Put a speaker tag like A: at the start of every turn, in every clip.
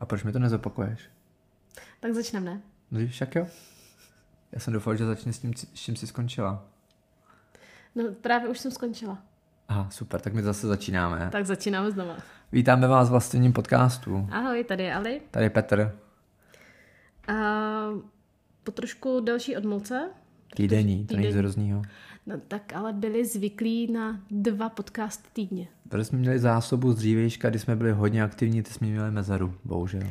A: A proč mi to nezopakuješ?
B: Tak začneme, ne?
A: No však jo. Já jsem doufal, že začne s tím, s čím jsi skončila.
B: No právě už jsem skončila.
A: Aha, super, tak my zase začínáme.
B: Tak začínáme znova.
A: Vítáme vás v vlastním podcastu.
B: Ahoj, tady je Ali.
A: Tady je Petr,
B: A po trošku delší odmlce,
A: týdenní, to není z
B: Týdenní.
A: hroznýho.
B: no tak ale byli zvyklí na dva podcasty týdně.
A: Tady jsme měli zásobu z dřívějška, kdy jsme byli hodně aktivní, ty jsme měli mezeru, bohužel.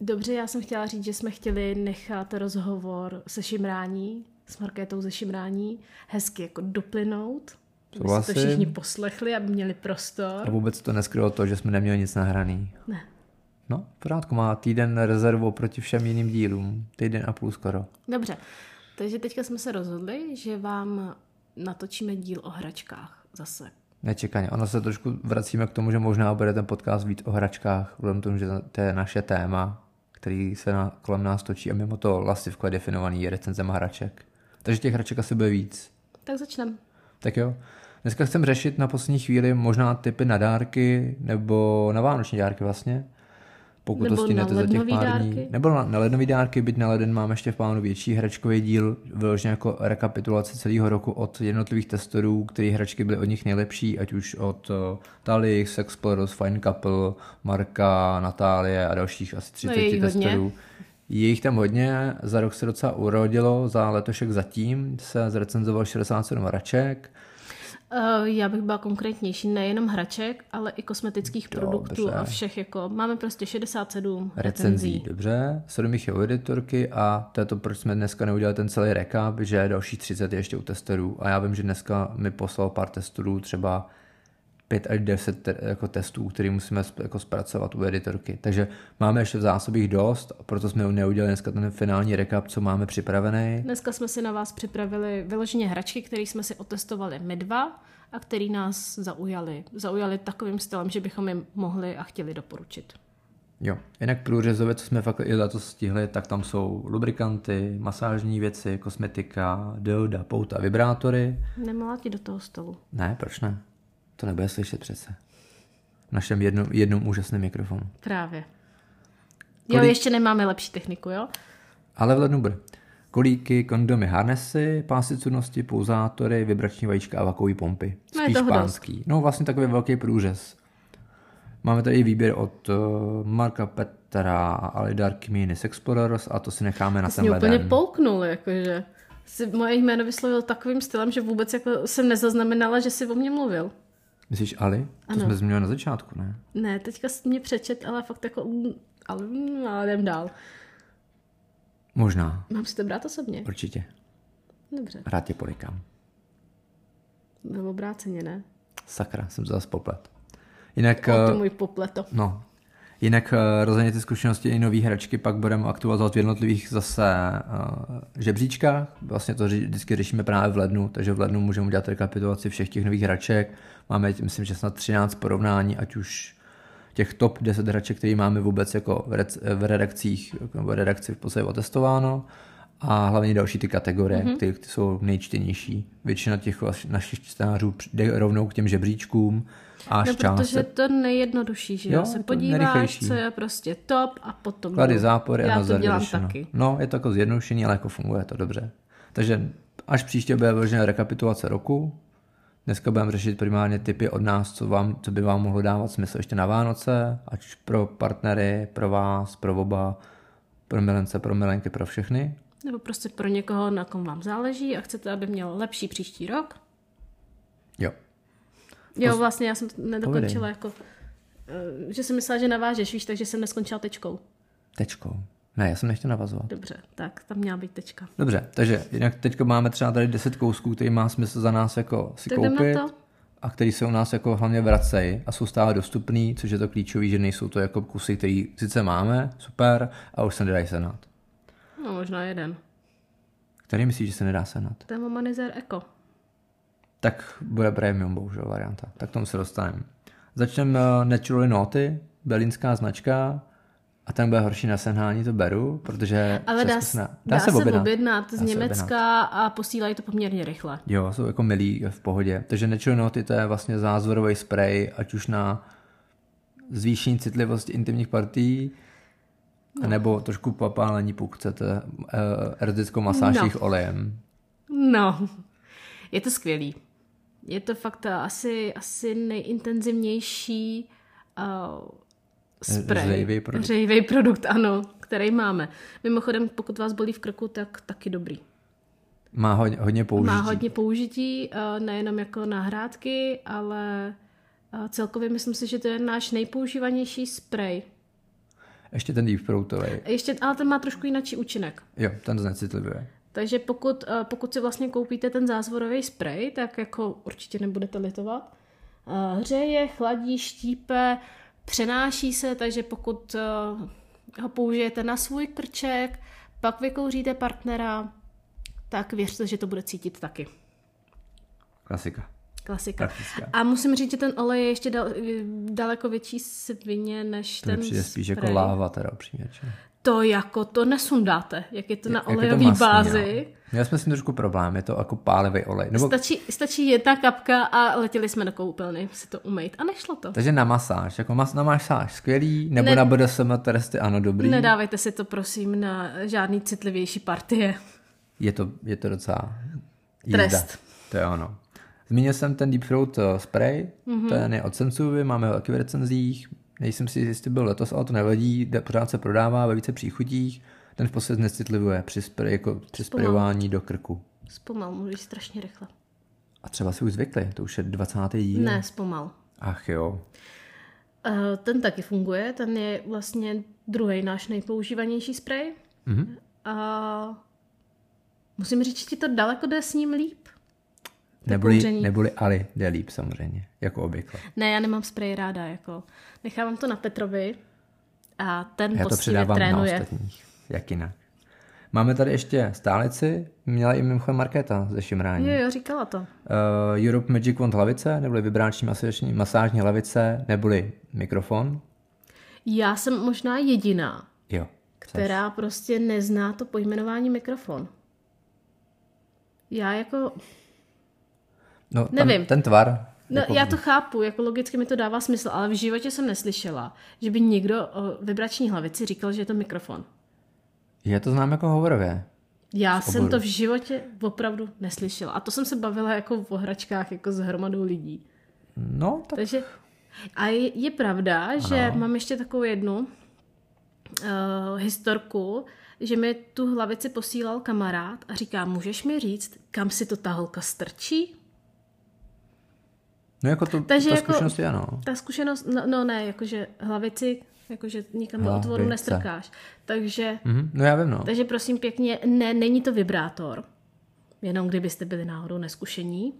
B: Dobře, já jsem chtěla říct, že jsme chtěli nechat rozhovor se Šimrání, s Markétou ze Šimrání, hezky jako doplynout. Aby si
A: Souhlasím.
B: to všichni poslechli, aby měli prostor.
A: A vůbec to neskrylo to, že jsme neměli nic nahraný.
B: Ne.
A: No, v pořádku, má týden rezervu proti všem jiným dílům. Týden a půl skoro.
B: Dobře, takže teďka jsme se rozhodli, že vám natočíme díl o hračkách zase.
A: Nečekaně. Ono se trošku vracíme k tomu, že možná bude ten podcast víc o hračkách, vzhledem k tomu, že to je naše téma, který se na, kolem nás točí a mimo to lastivko je definovaný je recenzem hraček. Takže těch hraček asi bude víc.
B: Tak začneme.
A: Tak jo. Dneska chcem řešit na poslední chvíli možná typy na dárky nebo na vánoční dárky vlastně. Pokud
B: Nebo
A: to
B: na
A: stihnete za těch
B: lednový
A: pár dní.
B: dárky.
A: Nebo na, na lednový dárky, byť na leden mám ještě v plánu větší hračkový díl, vyloženě jako rekapitulace celého roku od jednotlivých testorů, který hračky byly od nich nejlepší, ať už od uh, Tali, Sexplorus, Fine Couple, Marka, Natálie a dalších asi 30
B: No je jich hodně.
A: testorů. Je jich tam hodně, za rok se docela urodilo, za letošek zatím se zrecenzoval 67 hraček,
B: Uh, já bych byla konkrétnější, nejenom hraček, ale i kosmetických
A: Dobře.
B: produktů a všech jako, máme prostě 67
A: recenzí, dobře, 7 jich je u editorky a to je to, proč jsme dneska neudělali ten celý recap, že další 30 je ještě u testerů a já vím, že dneska mi poslal pár testerů třeba 5 až 10 te- jako testů, který musíme sp- jako zpracovat u editorky. Takže máme ještě v zásobích dost, a proto jsme neudělali dneska ten finální recap, co máme připravený.
B: Dneska jsme si na vás připravili vyloženě hračky, které jsme si otestovali my dva a který nás zaujali. Zaujali takovým stylem, že bychom jim mohli a chtěli doporučit.
A: Jo, jinak průřezově, co jsme fakt i letos stihli, tak tam jsou lubrikanty, masážní věci, kosmetika, deoda, pouta, vibrátory.
B: Nemala ti do toho stolu.
A: Ne, proč ne? To nebude slyšet přece. V našem jednom, jednom úžasném mikrofonu.
B: Právě. Jo,
A: Kolik-
B: ještě nemáme lepší techniku, jo?
A: Ale v lednu bude. Kolíky, kondomy, harnesy, pásy cudnosti, pouzátory, vibrační vajíčka a vakový pompy.
B: No, je
A: Spíš
B: toho dost.
A: pánský. No vlastně takový velký průřez. Máme tady výběr od uh, Marka Petra a Alidarky Minis Explorers a to si necháme na
B: Jsi
A: ten
B: mě úplně
A: leden.
B: polknul, jakože. Jsi moje jméno vyslovil takovým stylem, že vůbec jako jsem nezaznamenala, že jsi o mě mluvil.
A: Myslíš Ali? To
B: Ano.
A: jsme zmínili na začátku, ne?
B: Ne, teďka jsi mě přečet, ale fakt jako, mm, ale, mm, ale jdem dál.
A: Možná,
B: Mám si to brát osobně?
A: určitě.
B: Dobře.
A: Rád tě polikám.
B: Nebo obráceně, ne?
A: Sakra, jsem to zase poplet. Jinak,
B: K... O, to
A: eh,
B: můj popleto.
A: no, jinak eh, rozhodně ty zkušenosti i nové hračky pak budeme aktualizovat v jednotlivých zase uh, žebříčkách. Vlastně to ři- vždycky řešíme právě v lednu, takže v lednu můžeme udělat rekapitulaci všech těch nových hraček. Máme, myslím, že snad 13 porovnání, ať už těch top 10 hraček, který máme vůbec jako v, rec- v redakcích, nebo v redakci v podstatě otestováno a hlavně další ty kategorie,
B: Mhm.
A: mm-hmm. které jsou nejčtenější. Většina těch vaš- našich čtenářů jde rovnou k těm žebříčkům a
B: No,
A: šťástek.
B: protože to nejjednodušší, že
A: Jo,
B: jo?
A: je
B: Se
A: to
B: podíváš,
A: nejrychlejší.
B: co je prostě top a potom...
A: Klady
B: jdu.
A: zápory a
B: No, Já to
A: nazar
B: dělám
A: vyřešeno.
B: taky.
A: No, je to jako zjednodušení, ale jako funguje to dobře. Takže až příště bude vložená rekapitulace roku, dneska budeme řešit primárně typy od nás, co, vám, co by vám mohlo dávat smysl ještě na Vánoce, ať už pro partnery, pro vás, pro oba, pro milence, pro milenky, pro všechny.
B: Nebo prostě pro někoho, na kom vám záleží a chcete, aby měl lepší příští rok.
A: Jo.
B: Jo, vlastně já jsem to nedokončila jako... eh, Že jsem myslela, že navážeš, víš, takže jsem neskončila tečkou.
A: Tečkou. Ne, já jsem nechtěl navazovat.
B: Dobře, tak tam měla být tečka.
A: Dobře, takže jinak teďka máme třeba tady 10 kousků, který má smysl za nás jako si
B: Tak jdem na
A: koupit.
B: to.
A: A který se u nás jako hlavně vracejí a jsou stále dostupný, což je to klíčový, že nejsou to jako kusy, který sice máme, super, a už se nedají senat.
B: No možná jeden.
A: Který myslíš, že se nedá senat?
B: To je Momanizer Eco.
A: Tak bude premium, bohužel, varianta. Tak k tomu se dostaneme. Začneme eh, Naturally Naughty, berlínská značka, a ten bude horší na sehnání, to beru, protože
B: Ale
A: se
B: dá,
A: zkusná-
B: dá, dá se objednat, z
A: Dá se
B: Německa a posílají to poměrně rychle.
A: Jo, jsou jako milí v pohodě. Takže nečilnoty to je vlastně zázvorový sprej, ať už na zvýšení citlivosti intimních partií, no. nebo trošku papálení, pokud chcete, uh, erotickou masáž
B: No.
A: no. olejem.
B: No, je to skvělý. Je to fakt eh, asi, asi nejintenzivnější uh, spray.
A: Hřejivý produkt.
B: Hřejivý produkt, ano, který máme. Mimochodem, pokud vás bolí v krku, tak taky dobrý.
A: Má hodně, hodně použití.
B: Má hodně použití, eh, nejenom jako nahrádky, ale eh, celkově myslím si, že to je náš nejpoužívanější spray.
A: Ještě ten deep throatový.
B: Ještě, ale ten má trošku jináčí účinek.
A: Jo, ten znecitlivuje.
B: Takže pokud, eh, pokud si vlastně koupíte ten zázvorový sprej, tak jako určitě nebudete litovat. Eh, Hřeje, chladí, štípe, přenáší se, takže pokud eh, ho použijete na svůj krček, pak vykouříte partnera, tak věřte, že to bude cítit taky.
A: Klasika.
B: Klasika.
A: Klasická.
B: A musím říct, že ten olej je ještě dal, daleko větší svině než
A: To mi
B: ten
A: přijde spíš
B: sprej.
A: jako láva teda upřímně. řečeno.
B: To jako, to nesundáte, jak je to na
A: Jak je to
B: olejové
A: mastný,
B: bázi.
A: jo. Měli jsme s tím trošku problém, je to jako pálivý olej. Nebo,
B: Stačí, stačí jedna kapka a letěli jsme do koupelny si to umýt. A nešlo to.
A: takže na masáž, jako mas, na masáž skvělý, nebo
B: Ne-
A: ne, na BDSM tresty, ano, dobrý.
B: Nedávejte si to prosím na žádný citlivější partie.
A: Je to, je to docela jízda.
B: Trest.
A: To je ono. Zmínil jsem ten Deep Throat eh, spray,
B: Mhm.
A: mm-hmm. ten je od Sensuvy, máme ho taky v recenzích, nejsem si jistý, byl letos, ale to nevadí, jde- pořád se prodává ve více příchutích, ten v podstatě znecitlivuje při, spray, jako při sprayování do krku.
B: Zpomal, mluvíš strašně rychle.
A: A třeba si už zvykli, to už je 20. díl.
B: Ne, zpomal.
A: Ach jo.
B: Eh, Ten taky funguje, ten je vlastně druhý náš nejpoužívanější sprej.
A: Mhm.
B: A musím říct, že ti to daleko jde s ním líp.
A: Neboli,
B: kouření.
A: neboli Ali jde líp samozřejmě, jako obvykle.
B: Ne, já nemám sprej ráda, jako. Nechávám to na Petrovi a ten
A: Já to
B: poctivě
A: předávám na
B: trénuje.
A: ostatních. Jak jinak. Máme tady ještě stálici, měla i mimochodem Markéta ze Šimrání.
B: Jo, jo, říkala to.
A: Uh, Europe Magic Wand lavice, neboli vibráční masážní, masážní lavice, neboli mikrofon.
B: Já jsem možná jediná,
A: Jo.
B: která prostě nezná to pojmenování mikrofon. Já jako,
A: No, tam,
B: nevím.
A: Ten tvar.
B: no jako... já to chápu, jako logicky mi to dává smysl, ale v životě jsem neslyšela, že by někdo o vibrační hlavici říkal, že je to mikrofon.
A: Já to znám jako hovorově.
B: Já jsem
A: oboru.
B: to v životě opravdu neslyšela. A to jsem se bavila jako o hračkách, jako s hromadou lidí.
A: No, tak
B: Takže a je, je pravda, ano. že mám ještě takovou jednu uh, historku, že mi tu hlavici posílal kamarád a říká, můžeš mi říct, kam si to ta holka strčí?
A: no jako to,
B: Takže
A: ta
B: jako-
A: zkušenost je, no.
B: Ta zkušenost, no, no ne, jakože hlavici, jakože nikam do
A: Hlavice.
B: otvoru nestrkáš. Takže,
A: Mhm, no já vím, no.
B: takže prosím pěkně, ne, není to vibrátor. Jenom kdybyste byli náhodou neskušení.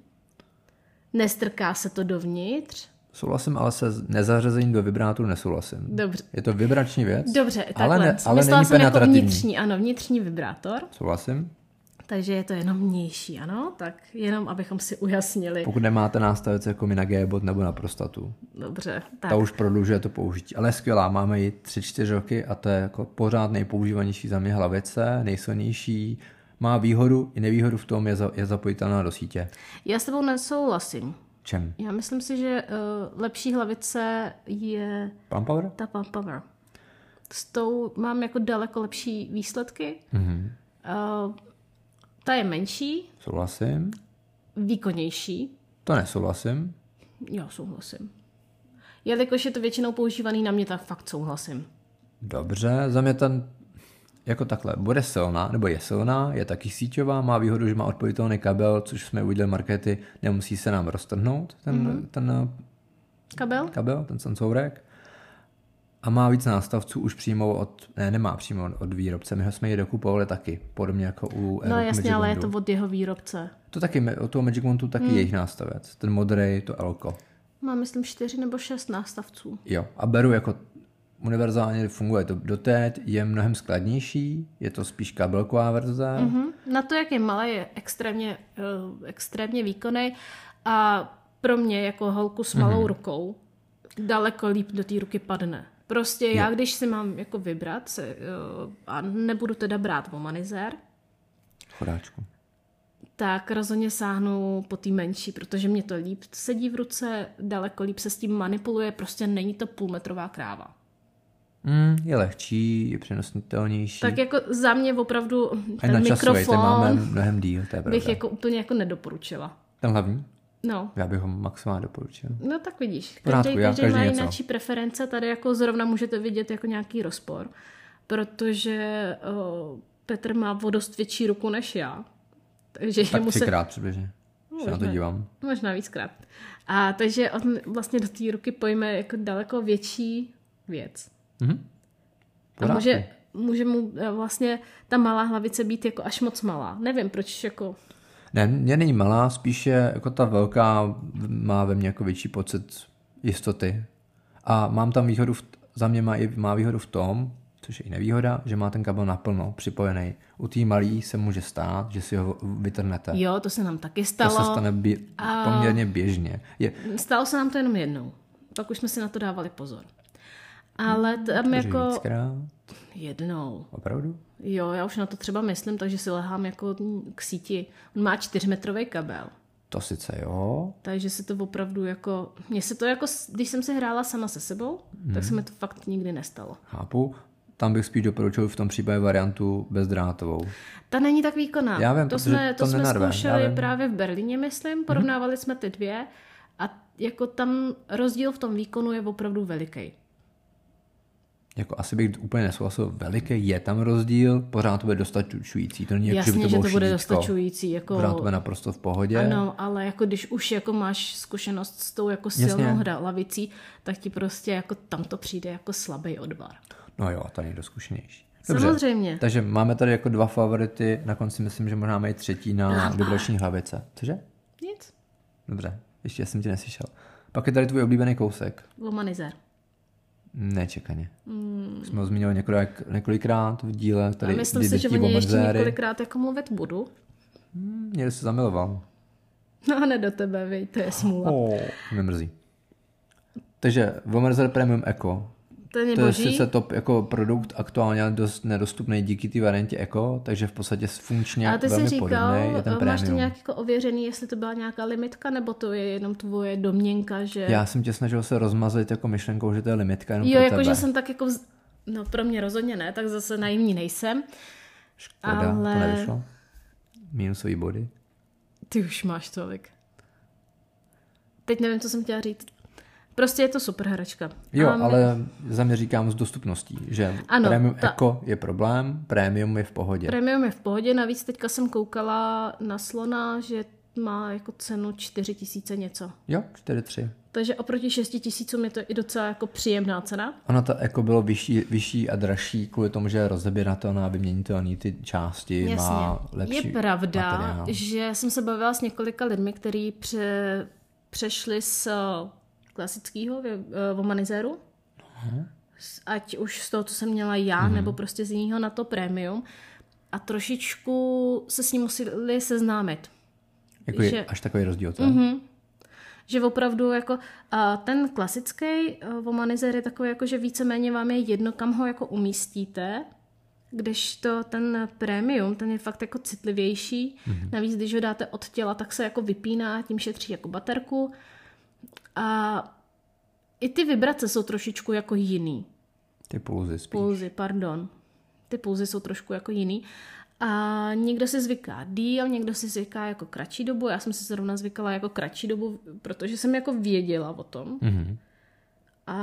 B: Nestrká se to dovnitř.
A: Souhlasím, ale se z- nezařazením do vibrátoru nesouhlasím.
B: Dobře.
A: Je to vibrační věc.
B: Dobře, takhle.
A: ale, ne, ale
B: Myslela
A: není
B: jsem jako
A: penetrativní.
B: vnitřní, ano, vnitřní vibrátor,
A: Souhlasím.
B: takže je to jenom vnější, ano, tak jenom abychom si ujasnili.
A: Pokud nemáte nástavec jako my na G-bod nebo na prostatu.
B: Dobře, tak.
A: Ta už prodlužuje to použití. Ale je skvělá, máme ji 3-4 roky a to je jako pořád nejpoužívanější za mě hlavice, nejsilnější. Má výhodu i nevýhodu v tom, je, za, je zapojitelná do sítě.
B: Já s tebou nesouhlasím.
A: Čem?
B: Já myslím si, že uh, lepší hlavice je
A: Pump power?
B: ta Pump Power. S tou mám jako daleko lepší výsledky.
A: Mhm.
B: Mm-hmm. Uh, ta je menší,
A: Souhlasím.
B: výkonnější.
A: To nesouhlasím.
B: Jo, souhlasím. Jelikož je to většinou používaný na mě, tak fakt souhlasím.
A: Dobře, za mě ten jako takhle, bude silná, nebo je silná, je taky síťová, má výhodu, že má odpojitelný kabel, což jsme udělali markety, nemusí se nám roztrhnout ten, mm-hmm. ten
B: Kabel?
A: kabel, ten sensorek. A má víc nástavců už přímo od, ne, nemá přímo od výrobce, my ho jsme ji dokupovali taky, podobně jako u
B: No
A: Aerobe
B: jasně,
A: Magic
B: ale Hmm. je
A: Wandu.
B: to od jeho výrobce.
A: To taky, me- od toho Magic Wandu taky jejich nástavec, ten modrý, to Elko.
B: Má, myslím, čtyři nebo šest nástavců.
A: Jo, a beru jako univerzálně funguje to doteď, je mnohem skladnější, je to spíš kabelková verze, mm-hmm.
B: Hm? Na to, jak je malé, je extrémně, eh, extrémně výkonný a pro mě jako holku s malou rukou daleko líp do té ruky padne. Prostě já, když si mám jako vybrat se, eh, a nebudu teda brát vomanizer,
A: chodáčku.
B: tak rozhodně sáhnu po té menší, protože mě to líp sedí v ruce, daleko líp se s tím manipuluje, prostě není to půlmetrová kráva.
A: Mm, je lehčí, je přenosnitelnější.
B: Tak jako za mě opravdu
A: A na
B: ten
A: časový, ten máme
B: mikrofon
A: mnohem díl, to je
B: bych
A: pravda.
B: jako úplně jako nedoporučila.
A: Ten hlavní?
B: No,
A: Já bych ho maximálně doporučil.
B: No tak vidíš,
A: pořádku,
B: každý,
A: já-
B: každý
A: každý
B: má
A: něco.
B: jináčí preference, tady jako zrovna můžete vidět jako nějaký rozpor, protože o, Petr má o dost větší ruku než já, takže
A: Tak
B: jemu se, No,
A: třikrát přibližně, se na to
B: možná.
A: dívám.
B: možná víckrát. A takže on vlastně do té ruky pojme jako daleko větší věc.
A: Mhm.
B: A
A: Pořádku.
B: může, může mu eh, vlastně ta malá hlavice být jako až moc malá. Nevím, proč jako...
A: Ne, mě není malá, spíše jako ta velká má ve mně jako větší pocit jistoty. A mám tam výhodu, v, t- za mě má, i- má výhodu v tom, což je i nevýhoda, že má ten kabel naplno připojený. U té malý se může stát, že si ho vytrhnete.
B: Jo, to se nám taky
A: to
B: stalo.
A: se stane bě- poměrně běžně. Je,
B: Stalo se nám to jenom jednou. Pak už jsme si na to dávali pozor. Ale tam
A: jako...
B: jako
A: víckrát,
B: jednou.
A: opravdu?
B: Jo, já už na to třeba myslím, takže si lehám jako k síti. On má čtyřmetrový kabel.
A: To sice jo,
B: Takže se to opravdu jako... Mně se to jako, s- když jsem se hrála sama se sebou, hmm. tak se mi to fakt nikdy nestalo.
A: chápu. Tam bych spíš doporučil v tom případě variantu bezdrátovou.
B: Ta není tak výkonná.
A: Já vím,
B: to
A: protože
B: jsme, to
A: to
B: jsme
A: nenarve, já
B: zkoušeli
A: vím. Mhm.
B: právě v Berlíně, myslím, porovnávali jsme ty dvě a jako tam rozdíl v tom výkonu je opravdu veliký.
A: Jako asi bych úplně nesouhlasil, veliký je tam rozdíl, pořád to bude dostačující. To není jako,
B: Jasně,
A: by to
B: že
A: bylo
B: to bude
A: šidítko.
B: dostačující. Jako...
A: Pořád to bude naprosto v pohodě.
B: Ano, ale jako když už jako máš zkušenost s tou jako silnou
A: Jasně.
B: hra lavicí, tak ti prostě jako tam to přijde jako slabý odvar.
A: No jo, tady někdo zkušenější.
B: Samozřejmě.
A: Takže máme tady jako dva favority, na konci myslím, že možná mají třetí na vibrační hlavice. Cože?
B: Nic.
A: Dobře, ještě jsem tě neslyšel. Pak je tady tvůj oblíbený kousek.
B: Womanizer.
A: Nečekaně. Mm. Jsme ho zmiňovali několik, několikrát v díle.
B: A
A: Tady
B: Hmm. myslím si, že o
A: děti
B: něj ještě
A: bombardéry.
B: několikrát jako mluvit budu.
A: Hm, Někdo se zamiloval.
B: No a ne do tebe, vej, to je smůla.
A: Oh. Mě mrzí. Takže Vomerzer Premium Eco.
B: Ten je
A: To je
B: boží.
A: sice top jako produkt aktuálně ale dost nedostupný díky té variantě Eco, takže v podstatě funkčně
B: A ty jsi
A: velmi
B: říkal,
A: podobný. Je ten
B: máš to
A: premium.
B: nějak jako ověřený, jestli to byla nějaká limitka, nebo to je jenom tvoje domněnka, že...
A: Já jsem tě snažil se rozmazlit jako myšlenkou, že to je limitka jenom
B: jo,
A: pro
B: jako
A: tebe.
B: že jsem tak jako... Vz... No pro mě rozhodně ne, tak zase naivní nejsem.
A: Škoda,
B: ale-
A: to nevyšlo. Minusový body.
B: Ty už máš tolik. Teď nevím, co jsem chtěla říct. Prostě je to super hračka.
A: Jo,
B: A my-
A: ale za mě říkám s dostupností, že
B: Ano,
A: Premium
B: ta-
A: Eco je problém, Premium je v pohodě.
B: Premium je v pohodě, navíc teďka jsem koukala na slona, že má jako cenu 4 tisíce něco.
A: Jo, 4-3.
B: Takže oproti 6 tisícům je to i docela jako příjemná cena.
A: Ono to jako bylo vyšší, vyšší a dražší kvůli tomu, že je rozebíratelná, vyměnitelný ty části, má lepší
B: je pravda,
A: materiál.
B: že jsem se bavila s několika lidmi, kteří pře, přešli z eh, klasického vě- eh, Womanizeru,
A: Mhm.
B: S- ať už z toho, co jsem měla já, nebo prostě z jiného na to premium, a trošičku se s ním museli seznámit.
A: Jako je
B: že- Mhm.
A: až takový rozdíl, co? Mm-hmm.
B: Že opravdu jako a ten klasický eh, womanizer je takový, jako, že víceméně vám je jedno, kam ho jako umístíte, kdežto ten premium, ten je fakt jako citlivější. Mm-hmm. Navíc, když ho dáte od těla, tak se jako vypíná, tím šetří jako baterku. A i ty vibrace jsou trošičku jako jiný
A: Ty pulzy spíš.
B: pulzy, pardon. Ty pulzy jsou trošku jako jiný. A někdo si zvyká díl, někdo si zvyká jako kratší dobu. Já jsem si zrovna zvykala jako kratší dobu, protože jsem jako věděla o tom.
A: Mhm.
B: A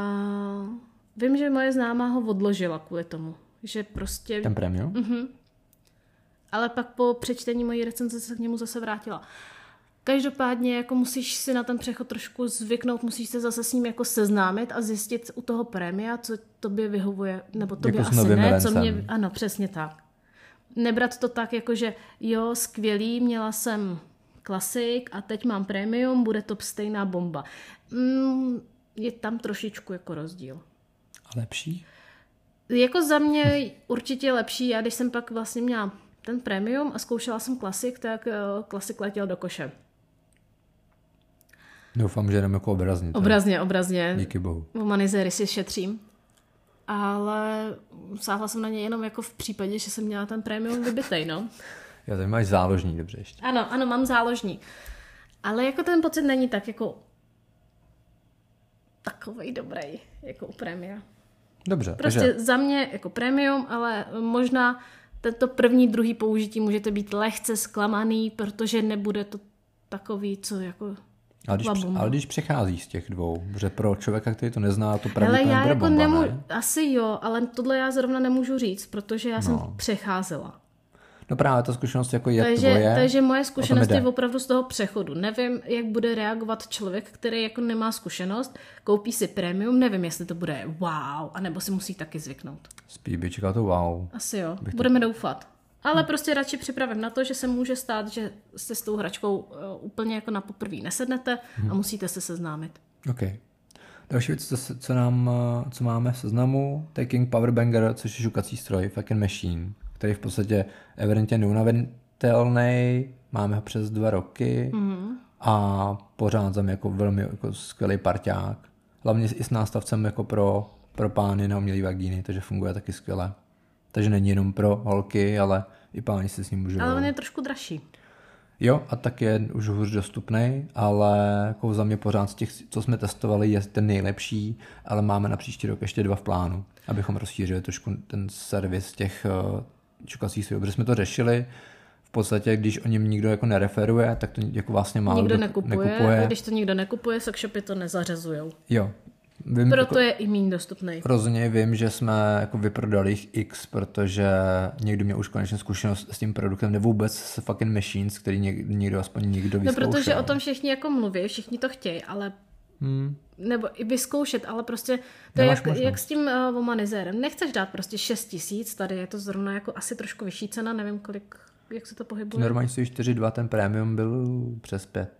B: vím, že moje známá ho odložila kvůli tomu. Že prostě...
A: Ten premium? Mm-hmm.
B: Ale pak po přečtení mojí recenze se k němu zase vrátila. Každopádně jako musíš si na ten přechod trošku zvyknout, musíš se zase s ním jako seznámit a zjistit u toho prémia, co tobě vyhovuje, nebo tobě
A: Jako s
B: asi
A: novým
B: ne, co
A: milencem.
B: mě... Ano, přesně tak. Nebrat to tak, jako že jo, skvělý, měla jsem klasik a teď mám premium, bude to stejná bomba. Mm, je tam trošičku jako rozdíl.
A: A lepší?
B: Jako za mě určitě lepší. Já když jsem pak vlastně měla ten premium a zkoušela jsem klasik, tak eh, klasik letěl do koše.
A: Doufám, že jenom jako obrazně. Obra...
B: Obrazně, obrazně.
A: Díky bohu.
B: Humanizery si šetřím. Ale sáhla jsem na ně jenom jako v případě, že jsem měla ten premium vybitej, no.
A: Já tady máš záložní, dobře ještě.
B: Ano, ano, mám záložní. Ale jako ten pocit není tak jako takovej dobrý, jako u premia.
A: Dobře,
B: Prostě
A: takže
B: za mě jako premium, ale možná tento první, druhý použití můžete být lehce zklamaný, protože nebude to takový, co jako...
A: ale, když,
B: bomba.
A: ale když přechází z těch dvou, že pro člověka, který to nezná, to pravdě
B: Ale
A: to
B: já
A: nebude
B: jako
A: bomba,
B: nemůžu,
A: ne?
B: asi jo, ale tohle já zrovna nemůžu říct, protože já jsem přecházela.
A: No právě ta zkušenost jako je
B: Takže,
A: tvoje.
B: takže moje zkušenost je
A: jde.
B: opravdu z toho přechodu. Nevím, jak bude reagovat člověk, který jako nemá zkušenost, koupí si premium, nevím, jestli to bude wow, anebo si musí taky zvyknout.
A: Spíš by čekal to wow.
B: Asi jo, budeme doufat. Ale prostě radši připravím na to, že se může stát, že se s tou hračkou eh, úplně jako na poprví nesednete
A: Mhm.
B: a musíte se seznámit.
A: OK. Další věc, co, se- co, nám, eh, co máme v seznamu, to je King Powerbanger, což je žukací stroj, fucking machine, který je v podstatě evidentně neunavitelný, máme ho přes dva roky mm. a pořád tam jako velmi jako skvělý parťák. Hlavně i s nástavcem jako pro, pro pány na umělý vagíny, takže funguje taky skvěle. Takže není jenom pro holky, ale i páni si s ním můžou.
B: Ale on je trošku dražší.
A: Jo, a tak je už hůř dostupný, ale jako za mě pořád z těch, co jsme testovali, je ten nejlepší, ale máme na příští rok ještě dva v plánu, abychom rozšířili trošku ten servis těch eh, čukacích strojů, protože jsme to řešili, v podstatě, když o něm nikdo jako nereferuje, tak to jako vlastně málo
B: Nikdo
A: kdo
B: nekupuje, nekupuje.
A: nekupuje. Jako-
B: a když to nikdo nekupuje, sekshopy to nezařazujou.
A: Jo. Vím, jako,
B: Proto je i mín dostupný.
A: rozhodně vím, že jsme jako vyprodali jich x, protože někdo měl už konečně zkušenost s tím produktem, nebo vůbec s fucking machines, který někdo, někdo aspoň někdo
B: No,
A: vyzkoušel.
B: protože o tom všichni jako mluví, všichni to chtějí, ale hmm. nebo i vyzkoušet, ale prostě to je
A: Nemáš
B: jak,
A: možnost.
B: jak s tím uh, vomanizérem. Nechceš dát prostě 6 tisíc, tady je to zrovna jako asi trošku vyšší cena, nevím kolik, jak se to pohybuje.
A: Normálně stojí 4,2, ten premium byl přes 5.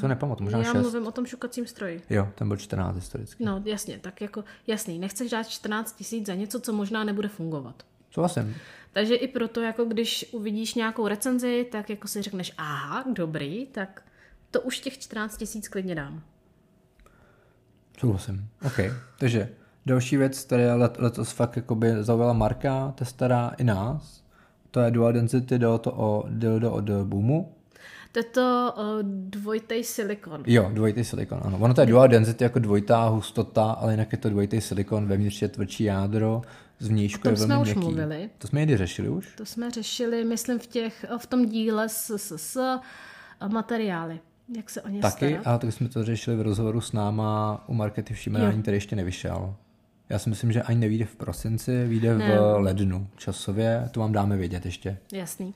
A: Co nepamatuji, možná
B: Já
A: 6.
B: mluvím o tom šukacím stroji.
A: Jo, ten byl 14 historicky.
B: No jasně, tak jako jasný, nechceš dát 14 tisíc za něco, co možná nebude fungovat.
A: Souhlasím.
B: Takže i proto, jako když uvidíš nějakou recenzi, tak jako si řekneš, aha, dobrý, tak to už těch 14 tisíc klidně dám.
A: Souhlasím. OK. Takže další věc, která let, letos fakt jakoby zaujala Marka, testera i nás, to je Dual Density dildo, o, dildo od Boomu.
B: To je to uh, dvojitej silikon.
A: Jo, dvojitý silikon, ano. Ono to je Dual Density jako dvojitá hustota, ale jinak je to dvojitý silikon, vevnitř je tvrdší jádro, zvnějšku
B: O
A: je
B: tom jsme
A: velmi
B: už
A: měkký.
B: mluvili.
A: To jsme někdy řešili už?
B: To jsme řešili, myslím, v, těch, v tom díle s, s, s materiály. Jak se o ně
A: Taky,
B: starat.
A: ale tak jsme to řešili v rozhovoru s náma u Markety v Šimrání, který ještě nevyšel. Já si myslím, že ani nevíde v prosinci, vyjde
B: Ne.
A: v lednu časově, to vám dáme vědět ještě.
B: Jasný.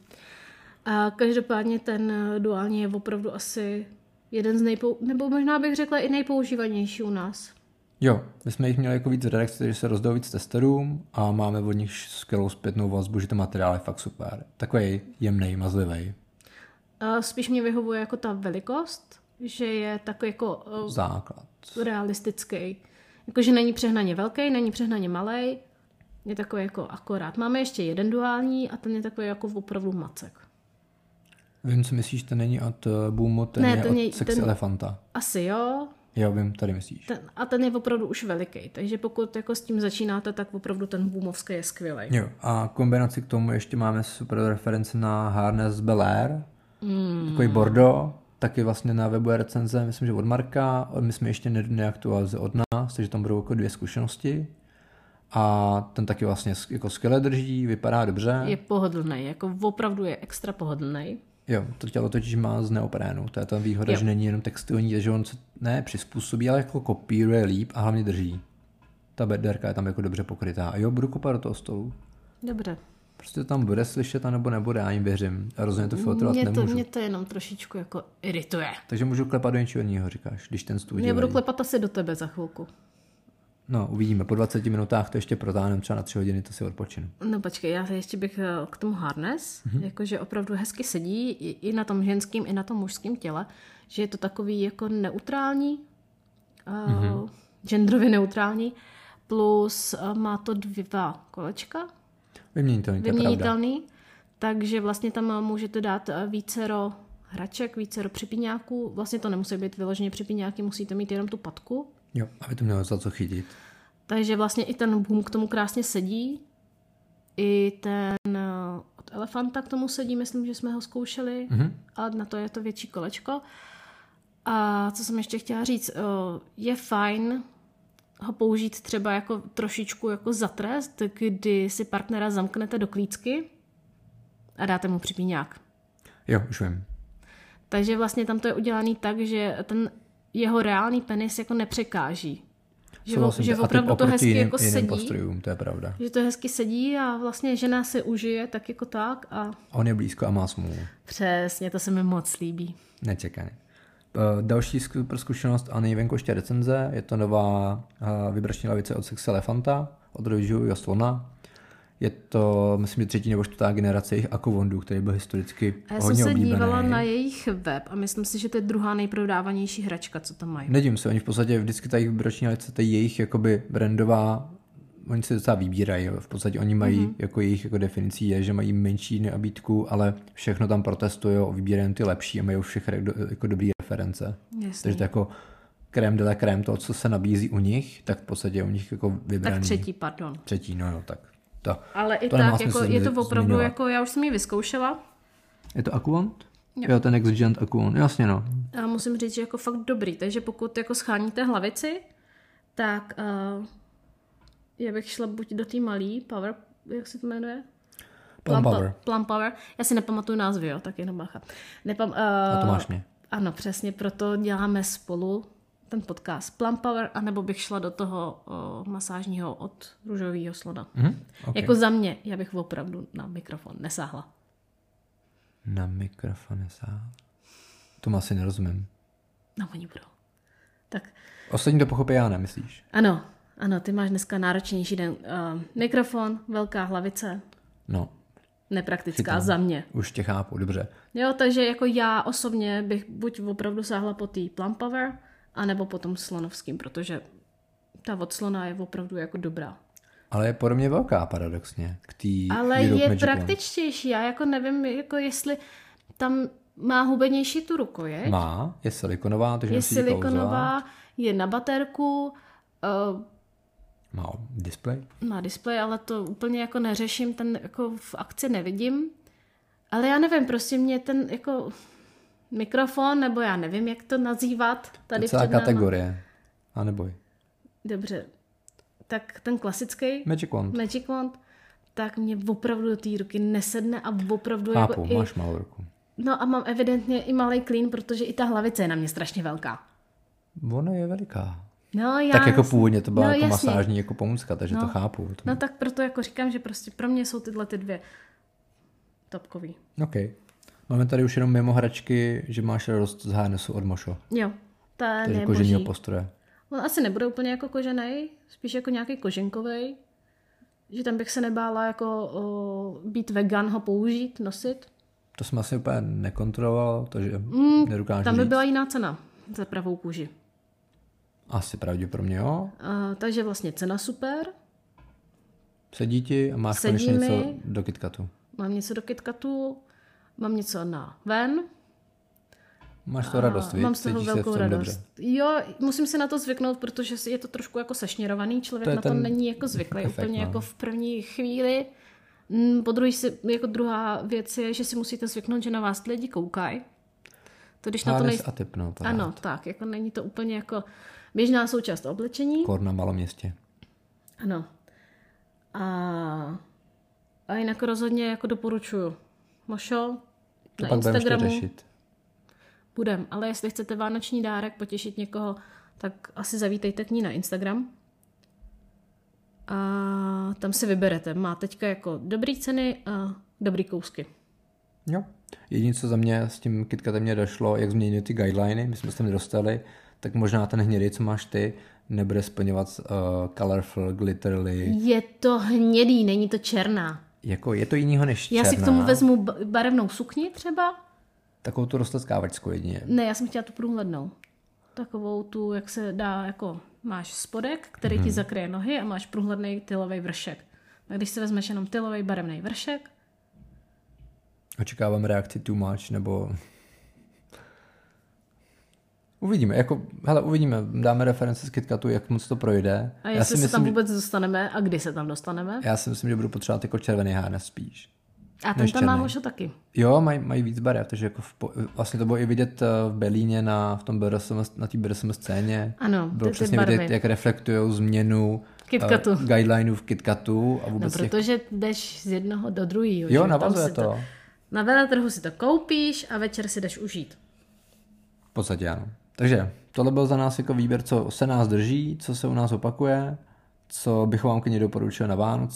B: A každopádně ten eh, duální je opravdu asi jeden z nejpou... nebo možná bych řekla i nejpoužívanější u nás.
A: Jo, my jsme jich měli jako víc v redakci, takže se rozdou víc testerům a máme od nich skvělou zpětnou vazbu, že ten materiál je fakt super. Takový jemný, mazlivý.
B: A spíš mě vyhovuje jako ta velikost, že je takový jako
A: Základ.
B: eh, realistický. Jakože není přehnaně velký, není přehnaně malý. Je takový jako akorát. Máme ještě jeden duální a ten je takový jako opravdu macek.
A: Vím, co myslíš, ten není od eh, Boomu, ten
B: Ne,
A: je
B: ten
A: od
B: je-
A: Sexy
B: ten-
A: Elefanta.
B: Asi jo,
A: Jo, vím, tady myslíš.
B: Ten, a ten je opravdu už veliký, takže pokud jako s tím začínáte, tak opravdu ten boomovský je skvělý.
A: Jo, a kombinaci k tomu ještě máme super reference na Harness Bel Air,
B: Hmm.
A: mm. takový Bordeaux, taky vlastně na webu je recenze, myslím, že od Marka, my jsme ještě ne- neaktualizovali od nás, takže tam budou jako dvě zkušenosti. A ten taky vlastně sk- jako skvěle drží, vypadá dobře.
B: Je pohodlný, jako opravdu je extra pohodlný.
A: Jo, to tělo totiž má z neoprénu, to je ta výhoda,
B: Jo.
A: že není jenom textilní, takže on se ne přizpůsobí, ale jako kopíruje líp a hlavně drží. Ta bederka je tam jako dobře pokrytá. A jo, budu kopat do toho stolu.
B: Dobře.
A: Prostě to tam bude slyšet, anebo nebude, já jim věřím. A Rozhodně to filtrovat
B: Mě to,
A: nemůžu.
B: mě to jenom trošičku jako irituje.
A: Takže můžu klepat do něčeho jiného, říkáš, když ten stůl
B: Já budu
A: budu...
B: klepat asi do tebe za chvilku.
A: No, uvidíme. Po 20 minutách to ještě protáhneme, třeba na 3 hodiny to si odpočinu.
B: No počkej, já ještě bych eh, k tomu harness, mm-hmm. jakože opravdu hezky sedí i, i na tom ženském, i na tom mužském těle, že je to takový jako neutrální, uh, mm-hmm. genderově neutrální, plus eh, má to dva kolečka,
A: Vymění to, není to je pravda.
B: vyměnitelný, takže vlastně tam můžete dát eh, vícero hraček, vícero připíňáků, vlastně to nemusí být vyloženě připíňáky, musíte mít jenom tu patku,
A: Jo, aby to mělo za co chytit.
B: takže vlastně i ten boom k tomu krásně sedí, i ten eh, od elefanta k tomu sedí, myslím, že jsme ho zkoušeli,
A: Mhm.
B: ale na to je to větší kolečko. A co jsem ještě chtěla říct, eh, je fajn ho použít třeba jako trošičku jako za trest, kdy si partnera zamknete do klícky a dáte mu připíňák.
A: Jo, už vím.
B: Takže vlastně tam to je udělané tak, že ten jeho reálný penis jako nepřekáží. Že, o,
A: Souhlasím,
B: že
A: a
B: opravdu to
A: oproti
B: hezky
A: jiným,
B: jako
A: jiným
B: sedí.
A: postrojům, to je pravda.
B: Že to hezky sedí a vlastně žena se užije tak jako tak a
A: On je blízko a má smůlu.
B: přesně, to se mi moc líbí.
A: Nečekaný. Eh, Další super zkušenost a nejvenku ještě recenze. Je to nová eh, vibrační lavice od Sex Elefanta, od Rojživého slona. Je to, myslím, že třetí nebo čtvrtá generace jejich akovondů, který byl historicky
B: A já jsem
A: hodně
B: se
A: oblíbený.
B: dívala na jejich web a myslím si, že to je druhá nejprodávanější hračka, co tam mají.
A: Nedím se, oni v podstatě vždycky ta jejich vibrační lavice, ta jejich jakoby brandová, oni se docela vybírají, jo. v podstatě oni mají,
B: Mhm.
A: mm-hmm. jako jejich jako definicí je, že mají menší nabídku, ale všechno tam protestují, vybírají jen ty lepší a mají u všech re- do- jako dobrý reference.
B: Jasně.
A: Takže to je jako krém de la krém, to, co se nabízí u nich, tak v podstatě je u nich jako vybraný.
B: Tak třetí, pardon.
A: Třetí, no jo, tak. To.
B: Ale i
A: To nemá
B: tak,
A: smysl
B: jako, je to
A: zmi-
B: opravdu,
A: zmiňovat.
B: jako já už jsem ji vyzkoušela
A: Je to Aquant? Jo. jo, ten Exigent Aquant, jasně no.
B: a musím říct, že jako fakt dobrý, takže pokud jako scháníte hlavici, tak uh, já bych šla buď do té malý Power, jak se to jmenuje?
A: Plum
B: Plum
A: Power.
B: Pa- Plum Power. Já si nepamatuju názvy, jo, tak jenom bacha. Nepam, uh,
A: A to máš mě.
B: Ano, přesně, proto děláme spolu ten podcast Plum Power, anebo bych šla do toho uh, masážního od růžového slona.
A: Mhm. Okay.
B: Jako za mě, já bych opravdu na mikrofon nesáhla.
A: Na mikrofon sám. Tomu asi nerozumím.
B: No, oni budou. Tak,
A: Ostatní to pochopí, já nemyslíš.
B: ano, ano, ty máš dneska náročnější den. Uh, mikrofon, velká hlavice,
A: No,
B: nepraktická za mě.
A: už tě chápu, dobře.
B: Jo, takže jako já osobně bych buď opravdu sáhla po té Plum Power, anebo po tom slonovským, protože ta od slona je opravdu jako dobrá.
A: Ale je podobně velká paradoxně k té
B: Ale
A: Europe
B: je
A: Magic
B: praktičtější. Já jako nevím, jako jestli tam má hubenější tu ruku, je?
A: Wand. Má, je silikonová, takže
B: je
A: musí silikonová.
B: silikonová, je na baterku, eh,
A: Má display.
B: má displej, ale to úplně jako neřeším, ten jako v akci nevidím. Ale já nevím, prostě mě ten jako mikrofon, nebo já nevím, jak to nazývat
A: To
B: tady
A: je celá
B: před náma.
A: kategorie. A neboj.
B: Dobře, tak ten klasický
A: Magic Wand.
B: Magic Wand, tak mě opravdu do té ruky nesedne a opravdu
A: Chápu,
B: jako i...
A: máš malou ruku.
B: No a mám evidentně i malý klín, protože i ta hlavice je na mě strašně velká.
A: Ona je veliká.
B: No já...
A: Tak jako původně to byla
B: No,
A: jako
B: jasně.
A: masážní jako pomůcka, takže to chápu. To...
B: No tak proto jako říkám, že prostě pro mě jsou tyhle ty dvě topkový.
A: OK. Máme tady už jenom mimo hračky, že máš radost z HNS od Mošo.
B: Jo, ta
A: Takže
B: je
A: koženího
B: boží.
A: postroje.
B: On asi nebude úplně jako kožený, spíš jako nějaký koženkový. Že tam bych se nebála jako o, být vegan, ho použít, nosit.
A: To jsem asi úplně nekontroloval, takže nedokážu
B: Mm, Tam by
A: říct.
B: byla jiná cena za pravou kůži.
A: Asi pravděpodobně jo.
B: A, takže vlastně cena super.
A: Sedí ti a máš
B: Sedí
A: konečně něco
B: mi.
A: do KitKatu.
B: Mám něco do KitKatu, mám něco na ven.
A: Máš to radost, víš?
B: Mám z toho
A: Cítíš se v
B: velkou
A: tom
B: radost.
A: dobře.
B: Jo, musím se na to zvyknout, protože si- je to trošku jako sešněrovaný, člověk
A: To je
B: na to
A: ten
B: není jako zvyklý
A: efekt,
B: úplně
A: no.
B: jako v první chvíli. Mm, Po druhé, si- jako druhá věc je, že si musíte zvyknout, že na vás ty lidi koukají. To když na to
A: Hánes
B: nejste...
A: a typ, no, pořád.
B: Ano, tak, jako není to úplně jako běžná součást oblečení.
A: Kor na malom městě.
B: Ano. A, a jinak rozhodně jako doporučuju. Mošo,
A: To
B: na
A: pak budeme ještě
B: Instagramu.
A: řešit.
B: Budem, ale jestli chcete vánoční dárek potěšit někoho, tak asi zavítejte k ní na Instagram. A tam si vyberete. Má teďka jako dobrý ceny a dobrý kousky.
A: Jo. Jediné, co za mě s tím KitKatem mě došlo, jak změnili ty guideliny, my jsme se tam nedostali, tak možná ten hnědý, co máš ty, nebude splňovat uh, colorful, glitterly.
B: Je to hnědý, není to černá.
A: Jako je to jinýho než černá.
B: Já si k tomu vezmu ba- barevnou sukni třeba.
A: Takovou tu rostleskávačskou jedině.
B: Ne, já jsem chtěla tu průhlednou. Takovou tu, jak se dá, jako máš spodek, který
A: Mhm.
B: ti zakryje nohy a máš průhledný tylový vršek. A když si vezmeš jenom tylový barevný vršek,
A: Očekávám reakci too much, nebo... Uvidíme, jako, hele, uvidíme, dáme reference z KitKatu, jak moc to projde.
B: A jestli
A: já si
B: se tam
A: myslím, že-
B: vůbec dostaneme a kdy se tam dostaneme?
A: já si myslím, že budu potřebovat jako červený hánes spíš.
B: A ten
A: Než
B: tam mám
A: černý.
B: už taky.
A: Jo, mají, mají víc barev, takže jako v, po- vlastně to bylo i vidět eh, v Berlíně na, v tom BDSM, na té BDSM scéně.
B: Ano,
A: bylo
B: ty- ty
A: přesně
B: barvy.
A: vidět, jak reflektují změnu
B: KitKatu.
A: eh, guidelineů v KitKatu a
B: No,
A: vůbec těch...
B: protože jdeš z jednoho do druhého.
A: Jo, navazuje to.
B: Na veletrhu si to koupíš a večer si jdeš užít.
A: V podstatě ano. Takže tohle byl za nás jako výběr, co se nás drží, co se u nás opakuje, co bych vám klidně doporučil na Vánoce.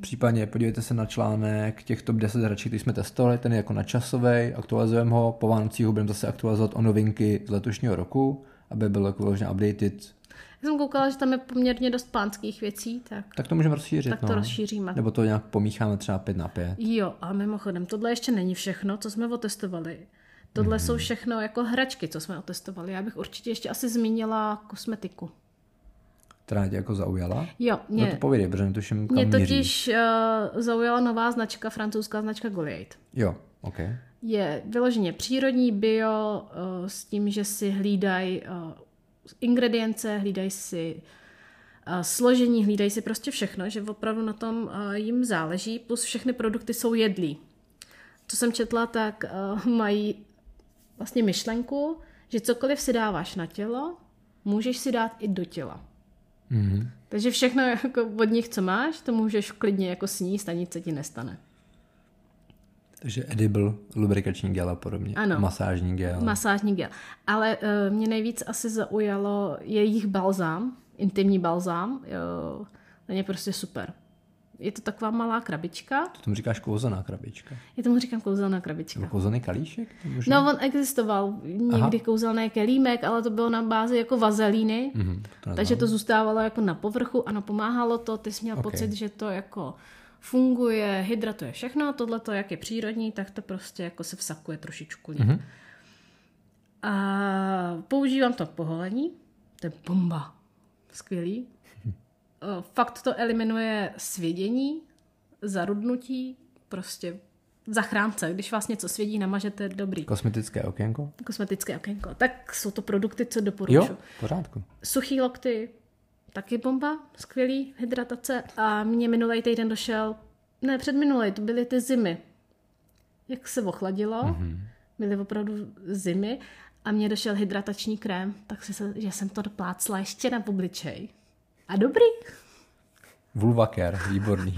A: Případně podívejte se na článek těch top 10 hraček, který jsme testovali, ten je jako načasový, aktualizujeme ho, po Vánocích ho budeme zase aktualizovat o novinky z letošního roku, aby byl jako vyloženě updated.
B: Já jsem koukala, že tam je poměrně dost pánských věcí, tak
A: Tak to můžeme rozšířit.
B: Tak to
A: no.
B: rozšíříme.
A: Nebo to nějak pomícháme třeba 5 na 5.
B: Jo, a mimochodem, tohle ještě není všechno, co jsme otestovali. Tohle
A: Mhm.
B: jsou všechno jako hračky, co jsme otestovali. Já bych určitě ještě asi zmínila kosmetiku.
A: Která tě jako zaujala?
B: Jo,
A: Mě, no to
B: mě,
A: povědej, protože netuším, kam
B: mě
A: míříš.
B: totiž uh, zaujala nová značka, francouzská značka Goliath.
A: Jo, OK.
B: Je vyloženě přírodní bio uh, s tím, že si hlídají uh, ingredience, hlídají si uh, složení, hlídají si prostě všechno, že opravdu na tom uh, jim záleží, plus všechny produkty jsou jedlí. Co jsem četla, tak uh, mají vlastně myšlenku, že cokoliv si dáváš na tělo, můžeš si dát i do těla.
A: Mhm.
B: Takže všechno jako od nich, co máš, to můžeš klidně jako sníst a nic se ti nestane.
A: Takže edible, lubrikační gel a podobně.
B: Ano.
A: Masážní gel.
B: Masážní gel. Ale uh, mě nejvíc asi zaujalo jejich balzám, intimní balzám. Jo, ten je prostě super. Je to taková malá krabička.
A: Tomu říkáš kouzelná krabička.
B: Já tomu říkám kouzelná krabička.
A: Nebo kouzelný kalíšek? To No, Možná...
B: No, on existoval někdy Aha. kouzelný kelímek, ale to bylo na bázi jako vazelíny.
A: Mhm, to neznám.
B: Takže to zůstávalo jako na povrchu a napomáhalo to, ty jsi měl okay. pocit, že to jako funguje, hydratuje všechno a tohle to, jak je přírodní, tak to prostě jako se vsakuje trošičku líp. Mm-hmm. A používám to poholení, to je bomba, skvělý. O, Fakt to eliminuje svědění, zarudnutí, prostě zachránce, když vás něco svědí, namažete, dobrý.
A: Kosmetické okénko?
B: Kosmetické okénko. Tak jsou to produkty, co doporučuji.
A: Jo, v pořádku.
B: Suchý lokty, taky bomba, skvělý, hydratace. A mě minulý týden došel, ne předminulý, to byly ty zimy. Jak se ochladilo,
A: Mhm.
B: mm-hmm. byly opravdu zimy a mě došel hydratační krém, tak si se, že jsem to doplácla ještě na obličej. A dobrý.
A: Vulvaker, výborný.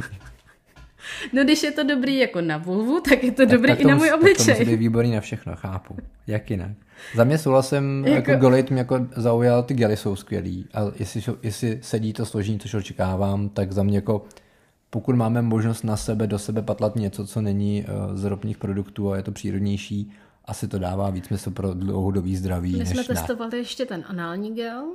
B: No když je to dobrý jako na vulvu, tak je to dobrý
A: tak
B: i na
A: mus-
B: můj
A: Tak to musí
B: obličej.
A: být výborný na všechno, chápu. Jak jinak. Za mě souhlasím, jako,
B: Jako-
A: jako golit mě jako zaujal, ty gely jsou skvělý. A jestli, jsou- jestli sedí to složení, což očekávám, tak za mě jako pokud máme možnost na sebe, do sebe patlat něco, co není uh, z ropných produktů a je to přírodnější, asi to dává víc smysl pro dlouhodobý zdraví,
B: My
A: než
B: jsme
A: na.
B: testovali ještě ten anální gel,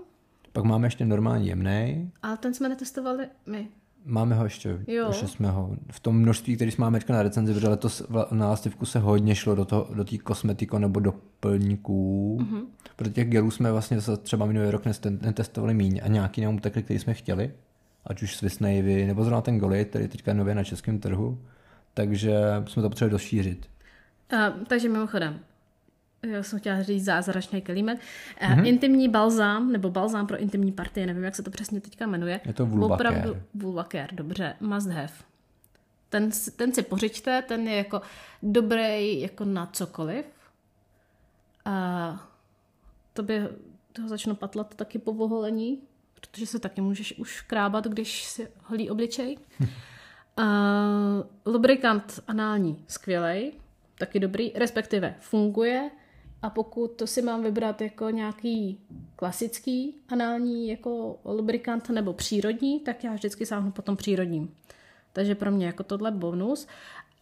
A: Pak máme ještě normální jemnej,
B: ale ten jsme netestovali my.
A: Máme ho ještě,
B: Jo.
A: ještě jsme ho v tom množství, který jsme máme teďka na recenzi, protože letos vla- na lastivku se hodně šlo do toho, do té kosmetiko nebo doplňků.
B: Mhm.
A: Mm-hmm. Pro těch gelů jsme vlastně zase třeba minulý rok nest- netestovali míň a nějaký nám utekli, který jsme chtěli, ať už Swiss Navy, nebo zrovna ten Goli, který je teďka nově na českém trhu, takže jsme to potřebovali došířit.
B: Uh, takže mimochodem, eh, já jsem chtěla říct zázračný kelímek. Uh,
A: Mhm.
B: mm-hmm. Intimní balzám, nebo balzám pro intimní partie, nevím, jak se to přesně teďka jmenuje.
A: Je to Vulvakér.
B: vulvakér, dobře, must have. Ten, s- ten si pořiďte, ten je jako dobrý jako na cokoliv. Uh, to by toho začnu patlat taky po voholení, protože se taky můžeš už krábat, když si holí obličej. Uh, lubrikant anální skvělej, taky dobrý, respektive funguje. A pokud to si mám vybrat jako nějaký klasický anální jako lubrikant nebo přírodní, tak já vždycky sáhnu po tom přírodním. Takže pro mě jako tohle bonus.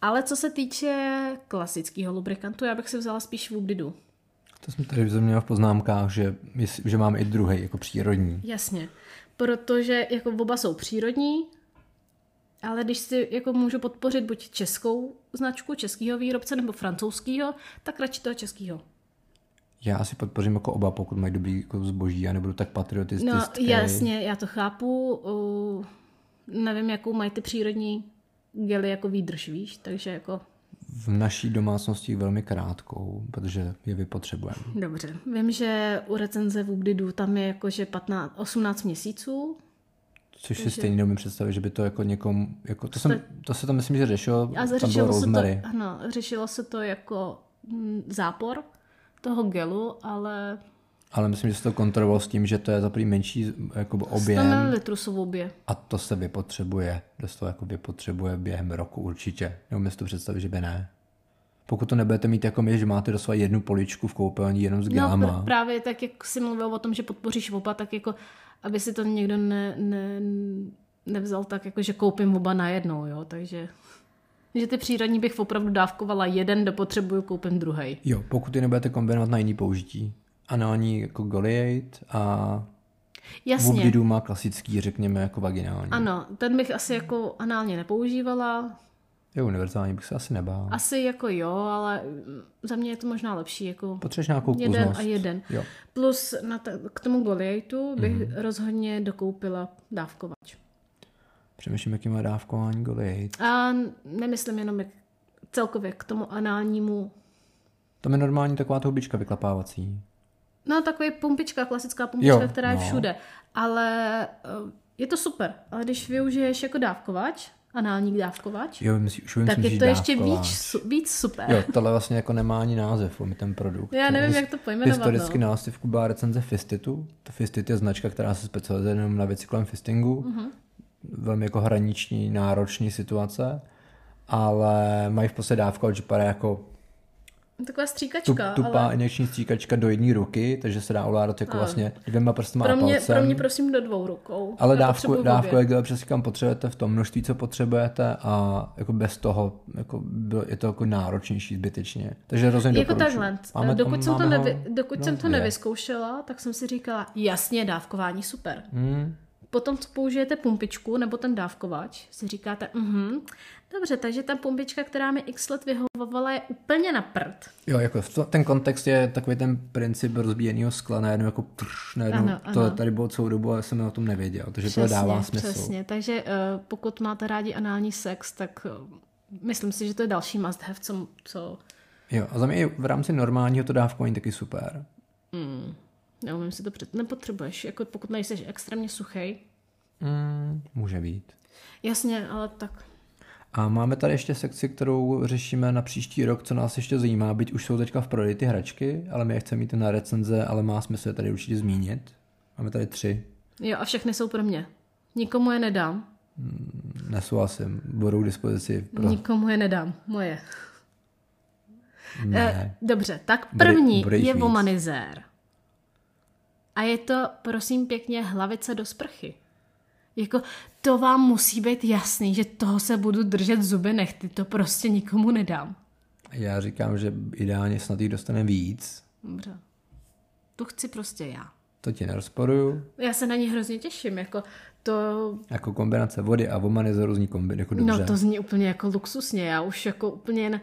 B: Ale co se týče klasického lubrikantu, já bych si vzala spíš Vubidu.
A: To jsem tady měl v poznámkách, že, jest- že máme i druhý, jako přírodní.
B: Jasně, protože jako oba jsou přírodní, ale když si jako můžu podpořit buď českou značku, českého výrobce nebo francouzského, tak radši toho českého.
A: Já asi podpořím jako oba, pokud mají dobrý jako zboží, já nebudu tak patriotistický.
B: No jasně, já to chápu. Uh, nevím, jakou mají ty přírodní gely jako výdrž, víš, takže jako
A: v naší domácnosti velmi krátkou, protože je vypotřebujeme.
B: dobře. Vím, že u recenze Vubdidu tam je jako, že 15, 18 měsíců,
A: Což si
B: Takže-
A: stejně neumím představit, že by to jako někomu, jako to, jsem, to se tam myslím, že řešilo,
B: A
A: tam bylo
B: řešilo se, to,
A: Rosemary.
B: ano, řešilo se to jako mm, zápor toho gelu, ale
A: Ale myslím, že se to kontrolovalo s tím, že to je za prvý menší jako objem
B: 100 ml jsou obě.
A: a to se vypotřebuje. Dost to jako vypotřebuje během roku určitě. Neumím si to představit, že by ne. Pokud to nebudete mít jako my, že máte doslova jednu poličku v koupelní jenom s
B: No
A: gelama.
B: pr- právě tak, jak jsi mluvil o tom, že podpoříš oba, tak jako, aby si to někdo ne, ne, nevzal tak, jako, že koupím oba najednou, jo, takže... Že ty přírodní bych opravdu dávkovala jeden, dopotřebuju, koupím druhý.
A: Jo, pokud je nebudete kombinovat na jiný použití. Anální jako Goliath a
B: Jasně,
A: Wubdidu má klasický, řekněme, jako vaginální.
B: ano, ten bych asi jako análně nepoužívala,
A: Jo, univerzální bych se asi nebál.
B: asi jako jo, ale mm, za mě je to možná lepší, jako
A: Potřebuješ nějakou
B: jeden
A: kuznost.
B: a jeden.
A: Jo.
B: Plus na ta, k tomu Goliathu bych mm-hmm. rozhodně dokoupila dávkovač.
A: Přemýšlím, jaký má dávkování Goliath.
B: A nemyslím jenom jak celkově k tomu análnímu.
A: Tam je normální taková ta hubička vyklapávací.
B: No takový pumpička, klasická pumpička,
A: Jo,
B: jo, která je
A: no.
B: všude. Ale eh, je to super. Ale když využiješ jako dávkovač, anální dávkovač,
A: Jo, myslím, už
B: tak
A: myslím,
B: je
A: že
B: to ještě
A: dávková.
B: víc, su- víc super.
A: Jo, tohle vlastně jako nemá ani název, on ten produkt.
B: Já nevím,
A: His-
B: jak to pojmenovat,
A: Historicky no. náslivku byla recenze Fistitu. To Fistit je značka, která se specializuje jenom na věci kolem fistingu.
B: Mhm.
A: Mm-hmm. Velmi jako hraniční, náročný situace. Ale mají v podstatě dávku, že padá jako
B: Taková
A: tup,
B: stříkačka,
A: tupá
B: ale
A: injekční stříkačka do jedné ruky, takže se dá ovládat jako vlastně dvěma prstama
B: pro
A: a
B: mě,
A: palcem.
B: pro mě prosím do dvou rukou.
A: Ale
B: Já
A: dávku,
B: potřebuju
A: dávku
B: obě.
A: je kde přesně kam potřebujete, v tom množství, co potřebujete a jako bez toho jako bylo, je to jako náročnější zbytečně. Takže rozhodně
B: Jako
A: doporučuji.
B: takhle,
A: Máme-
B: dokud, jsem to,
A: máme ho?
B: nevy, dokud
A: No,
B: jsem to
A: je.
B: nevyzkoušela, tak jsem si říkala, jasně, dávkování super.
A: Hmm.
B: Potom, co použijete pumpičku nebo ten dávkovač, si říkáte, mhm, dobře, takže ta pumpička, která mi x let vyhovovala, je úplně na prd.
A: Jo, jako v to, ten kontext je takový ten princip rozbíjeného skla, najednou jako prš, najednou
B: Ano,
A: to
B: ano.
A: tady bylo celou dobu a já jsem o tom nevěděl, takže to dává smysl.
B: přesně. Takže uh, pokud máte rádi anální sex, tak uh, myslím si, že to je další must have, co... co
A: Jo, a za mě je v rámci normálního to dávkování taky super.
B: mm, neumím si to před... Nepotřebuješ, jako pokud nejsi extrémně suchý.
A: Mm, může být.
B: Jasně, ale tak...
A: A máme tady ještě sekci, kterou řešíme na příští rok, co nás ještě zajímá, byť už jsou teďka v prodeji ty hračky, ale my je chceme mít na recenze, ale má smysl je tady určitě zmínit. Máme tady tři.
B: Jo, a všechny jsou pro mě. Nikomu je nedám.
A: Nesouhlasím, budou k dispozici pro...
B: Nikomu je nedám. Moje.
A: Ne.
B: Eh, Dobře, tak
A: Bude-
B: první
A: bude jich
B: je
A: víc.
B: vomanizér. A je to, prosím pěkně, hlavice do sprchy. Jako, to vám musí být jasný, že toho se budu držet zuby nechty, to prostě nikomu nedám.
A: Já říkám, že ideálně snad jich dostane víc,
B: Dobře. Tu chci prostě já.
A: to ti nerozporuju.
B: Já se na ní hrozně těším, jako to,
A: Jako kombinace vody a vomanizoru zní kombin, jako dobře.
B: no to zní úplně jako luxusně, já už jako úplně jen,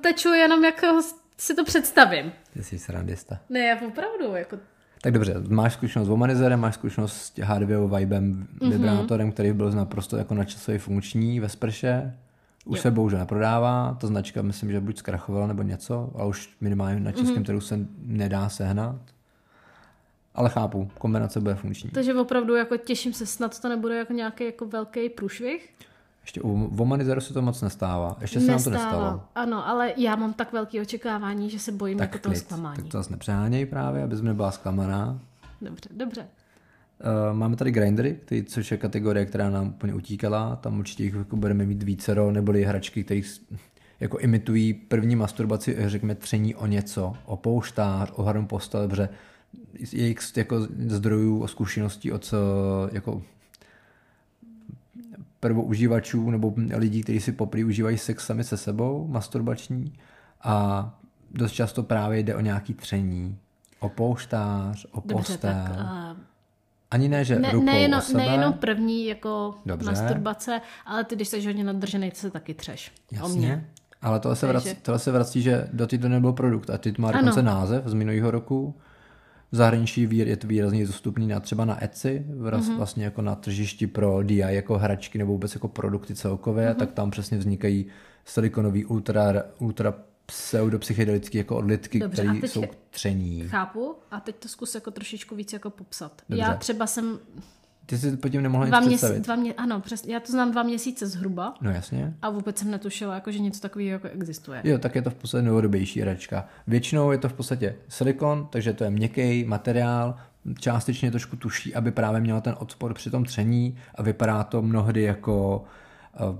B: teču jenom jak ho- si to představím.
A: Ty jsi srandista.
B: Ne, já opravdu, jako
A: Tak dobře, máš zkušenost s vomanizerem, máš zkušenost s tě- H2O vibem, vibrátorem, který byl naprosto jako načasově funkční ve sprše. Už se bohužel neprodává, ta značka myslím, že buď zkrachovala nebo něco, ale už minimálně na českém trhu se nedá sehnat. Ale chápu, kombinace bude funkční.
B: Takže opravdu jako těším se, snad to nebude jako nějaký jako velký průšvih.
A: Ještě u Vomanizeru se to moc nestává, ještě se nám to nestalo.
B: Ano, ale já mám tak velké očekávání, že se bojím tak jako toho
A: tak
B: zklamání.
A: to zase nepřeháněj právě, abys nebyla zklamaná.
B: Dobře, dobře.
A: Uh, máme tady grindery, který, což je kategorie, která nám úplně utíkala. Tam určitě jich jako budeme mít vícero, neboli hračky, které s- jako imitují první masturbaci, eh, řekněme, tření o něco, o pouštář, o harem postel, protože jejich z- jako zdrojů a zkušeností od eh, jako prvoužívačů nebo lidí, kteří si poprý užívají sex sami se sebou, masturbační, a dost často právě jde o nějaký tření, o pouštář, o
B: Dobře,
A: postel.
B: tak uh,
A: Ani ne, že ne,
B: ne,
A: rukou
B: nejenom,
A: o sebe.
B: nejenom první jako
A: Dobře.
B: Dobře. masturbace, ale ty, když jsi hodně nadržený, ty se taky třeš. O mě.
A: Jasně. Ale tohle se, vrací, tohle se vrací, že do to nebyl produkt a ty to má dokonce název z minulého roku. V zahraničí vír je to výrazně dostupný na, třeba na Etsy, vraz,
B: Mhm.
A: mm-hmm. vlastně jako na tržišti pro DI jako hračky nebo vůbec jako produkty
B: Mhm.
A: celkově, mm-hmm. tak tam přesně vznikají silikonový ultra, ultra pseudopsychedelický jako odlitky,
B: Dobře, a
A: které
B: teď-
A: jsou k tření.
B: Chápu. A teď to zkus jako trošičku víc jako popsat.
A: Dobře.
B: Já třeba jsem
A: Ty jsi pod tím nemohla nic
B: Dva měsíce,
A: představit.
B: dva mě, ano, přes, já to znám dva měsíce zhruba
A: No jasně.
B: a vůbec jsem netušila, jako, že něco takového jako existuje.
A: Jo, tak je to v podstatě novodobější hračka. Většinou je to v podstatě silikon, takže to je měkký materiál, částečně trošku tuší, aby právě měla ten odpor při tom tření a vypadá to mnohdy jako eh,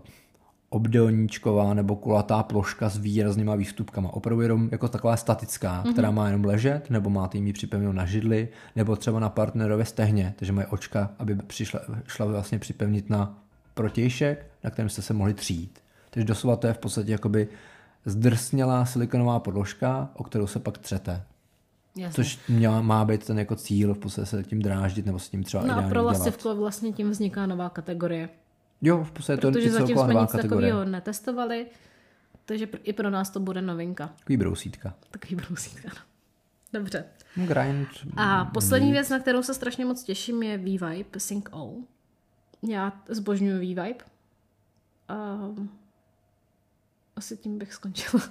A: obdelníčková nebo kulatá ploška s výraznýma výstupkama. Opravdu jenom jako taková statická, mm-hmm. která má jenom ležet, nebo máte jim ji připevněnou na židli, nebo třeba na partnerově stehně, takže mají očka, aby přišla šla vlastně připevnit na protějšek, na kterém jste se mohli třít. Takže doslova to je v podstatě jakoby zdrsnělá silikonová podložka, o kterou se pak třete.
B: Jasně.
A: Což měla, má být ten jako cíl, v podstatě se tím dráždit, nebo s tím třeba
B: no a
A: ideálně
B: pro
A: dělat.
B: lascivko vlastně tím vzniká nová kategorie.
A: Jo, v podstatě to
B: Protože
A: je
B: zatím
A: celková
B: jsme
A: nová
B: nic
A: kategorie.
B: takového netestovali, takže pr- i pro nás to bude novinka.
A: Takový brousítka.
B: Takový brousík, ano. Dobře.
A: No, Grind.
B: A poslední věc, na kterou se strašně moc těším, je V-Vibe Sync O. Já zbožňuji V-Vibe. Um, asi tím bych skončila.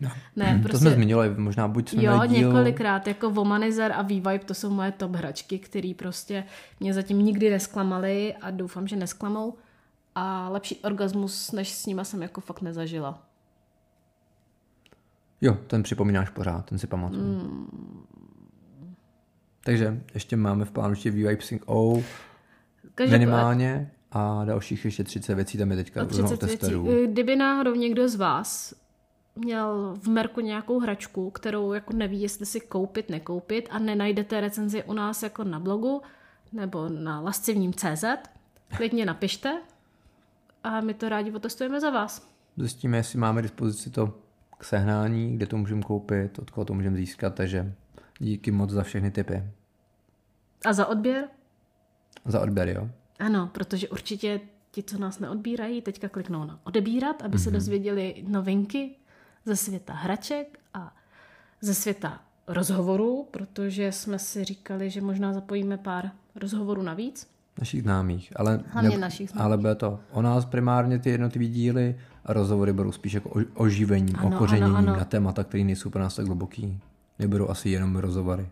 A: No.
B: Ne,
A: To
B: prostě
A: jsme zmiňovali, možná buď jsme
B: jo,
A: měli díl...
B: několikrát, jako Womanizer a V-Vibe, to jsou moje top hračky, které prostě mě zatím nikdy nesklamaly a doufám, že nesklamou. A lepší orgasmus, než s nima jsem jako fakt nezažila.
A: Jo, ten připomínáš pořád, ten si pamatuju. Mm. Takže ještě máme v plánu ještě VY Sync O minimálně a dalších ještě 30 věcí tam je teďka
B: o
A: různou
B: 30 věcí.
A: testerů.
B: Eh, Kdyby náhodou někdo z vás měl v Merku nějakou hračku, kterou jako neví, jestli si koupit, nekoupit a nenajdete recenzi u nás jako na blogu nebo na lascivním CZ, klidně napište a my to rádi otestujeme za vás.
A: Zjistíme, jestli máme k dispozici to k sehnání, kde to můžeme koupit, od koho to můžeme získat, takže díky moc za všechny tipy.
B: A za odběr?
A: Za odběr, jo?
B: Ano, protože určitě ti, co nás neodbírají, teďka kliknou na odebírat, aby
A: Mhm.
B: se dozvěděli novinky ze světa hraček a ze světa rozhovorů, protože jsme si říkali, že možná zapojíme pár rozhovorů navíc.
A: Našich známých, ale,
B: Hlavně našich známých.
A: ale bude to o nás primárně ty jednotlivé díly a rozhovory budou spíš jako o- oživením,
B: Ano, ano,
A: okořeněním
B: ano.
A: na témata, které nejsou pro nás tak hluboký. Nebudou asi jenom rozhovory.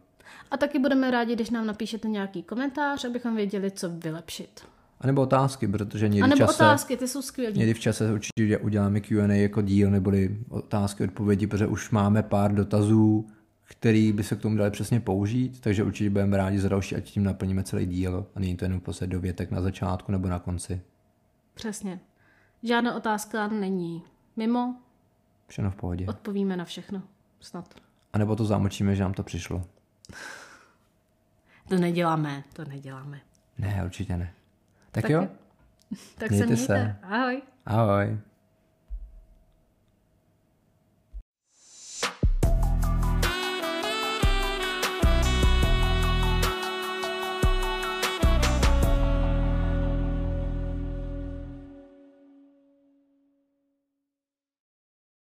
B: A taky budeme rádi, když nám napíšete nějaký komentář, abychom věděli, co vylepšit.
A: A nebo otázky, protože
B: A
A: někdy, v
B: nebo
A: čase,
B: otázky, ty jsou skvělé.
A: někdy v čase určitě uděláme Q&A jako díl, neboli otázky, odpovědi, protože už máme pár dotazů, který by se k tomu dali přesně použít, takže určitě budeme rádi za další, ať tím naplníme celý díl. A není to jenom prostě dovětek na začátku nebo na konci.
B: Přesně. Žádná otázka není mimo,
A: Všechno v pohodě.
B: odpovíme na všechno. Snad.
A: A nebo to zamlčíme, že nám to přišlo.
B: To neděláme, to neděláme.
A: Ne, určitě ne. Tak,
B: Tak
A: tak jo,
B: jo. Tak
A: Mějte
B: se mějte.
A: se.
B: Ahoj.
A: ahoj.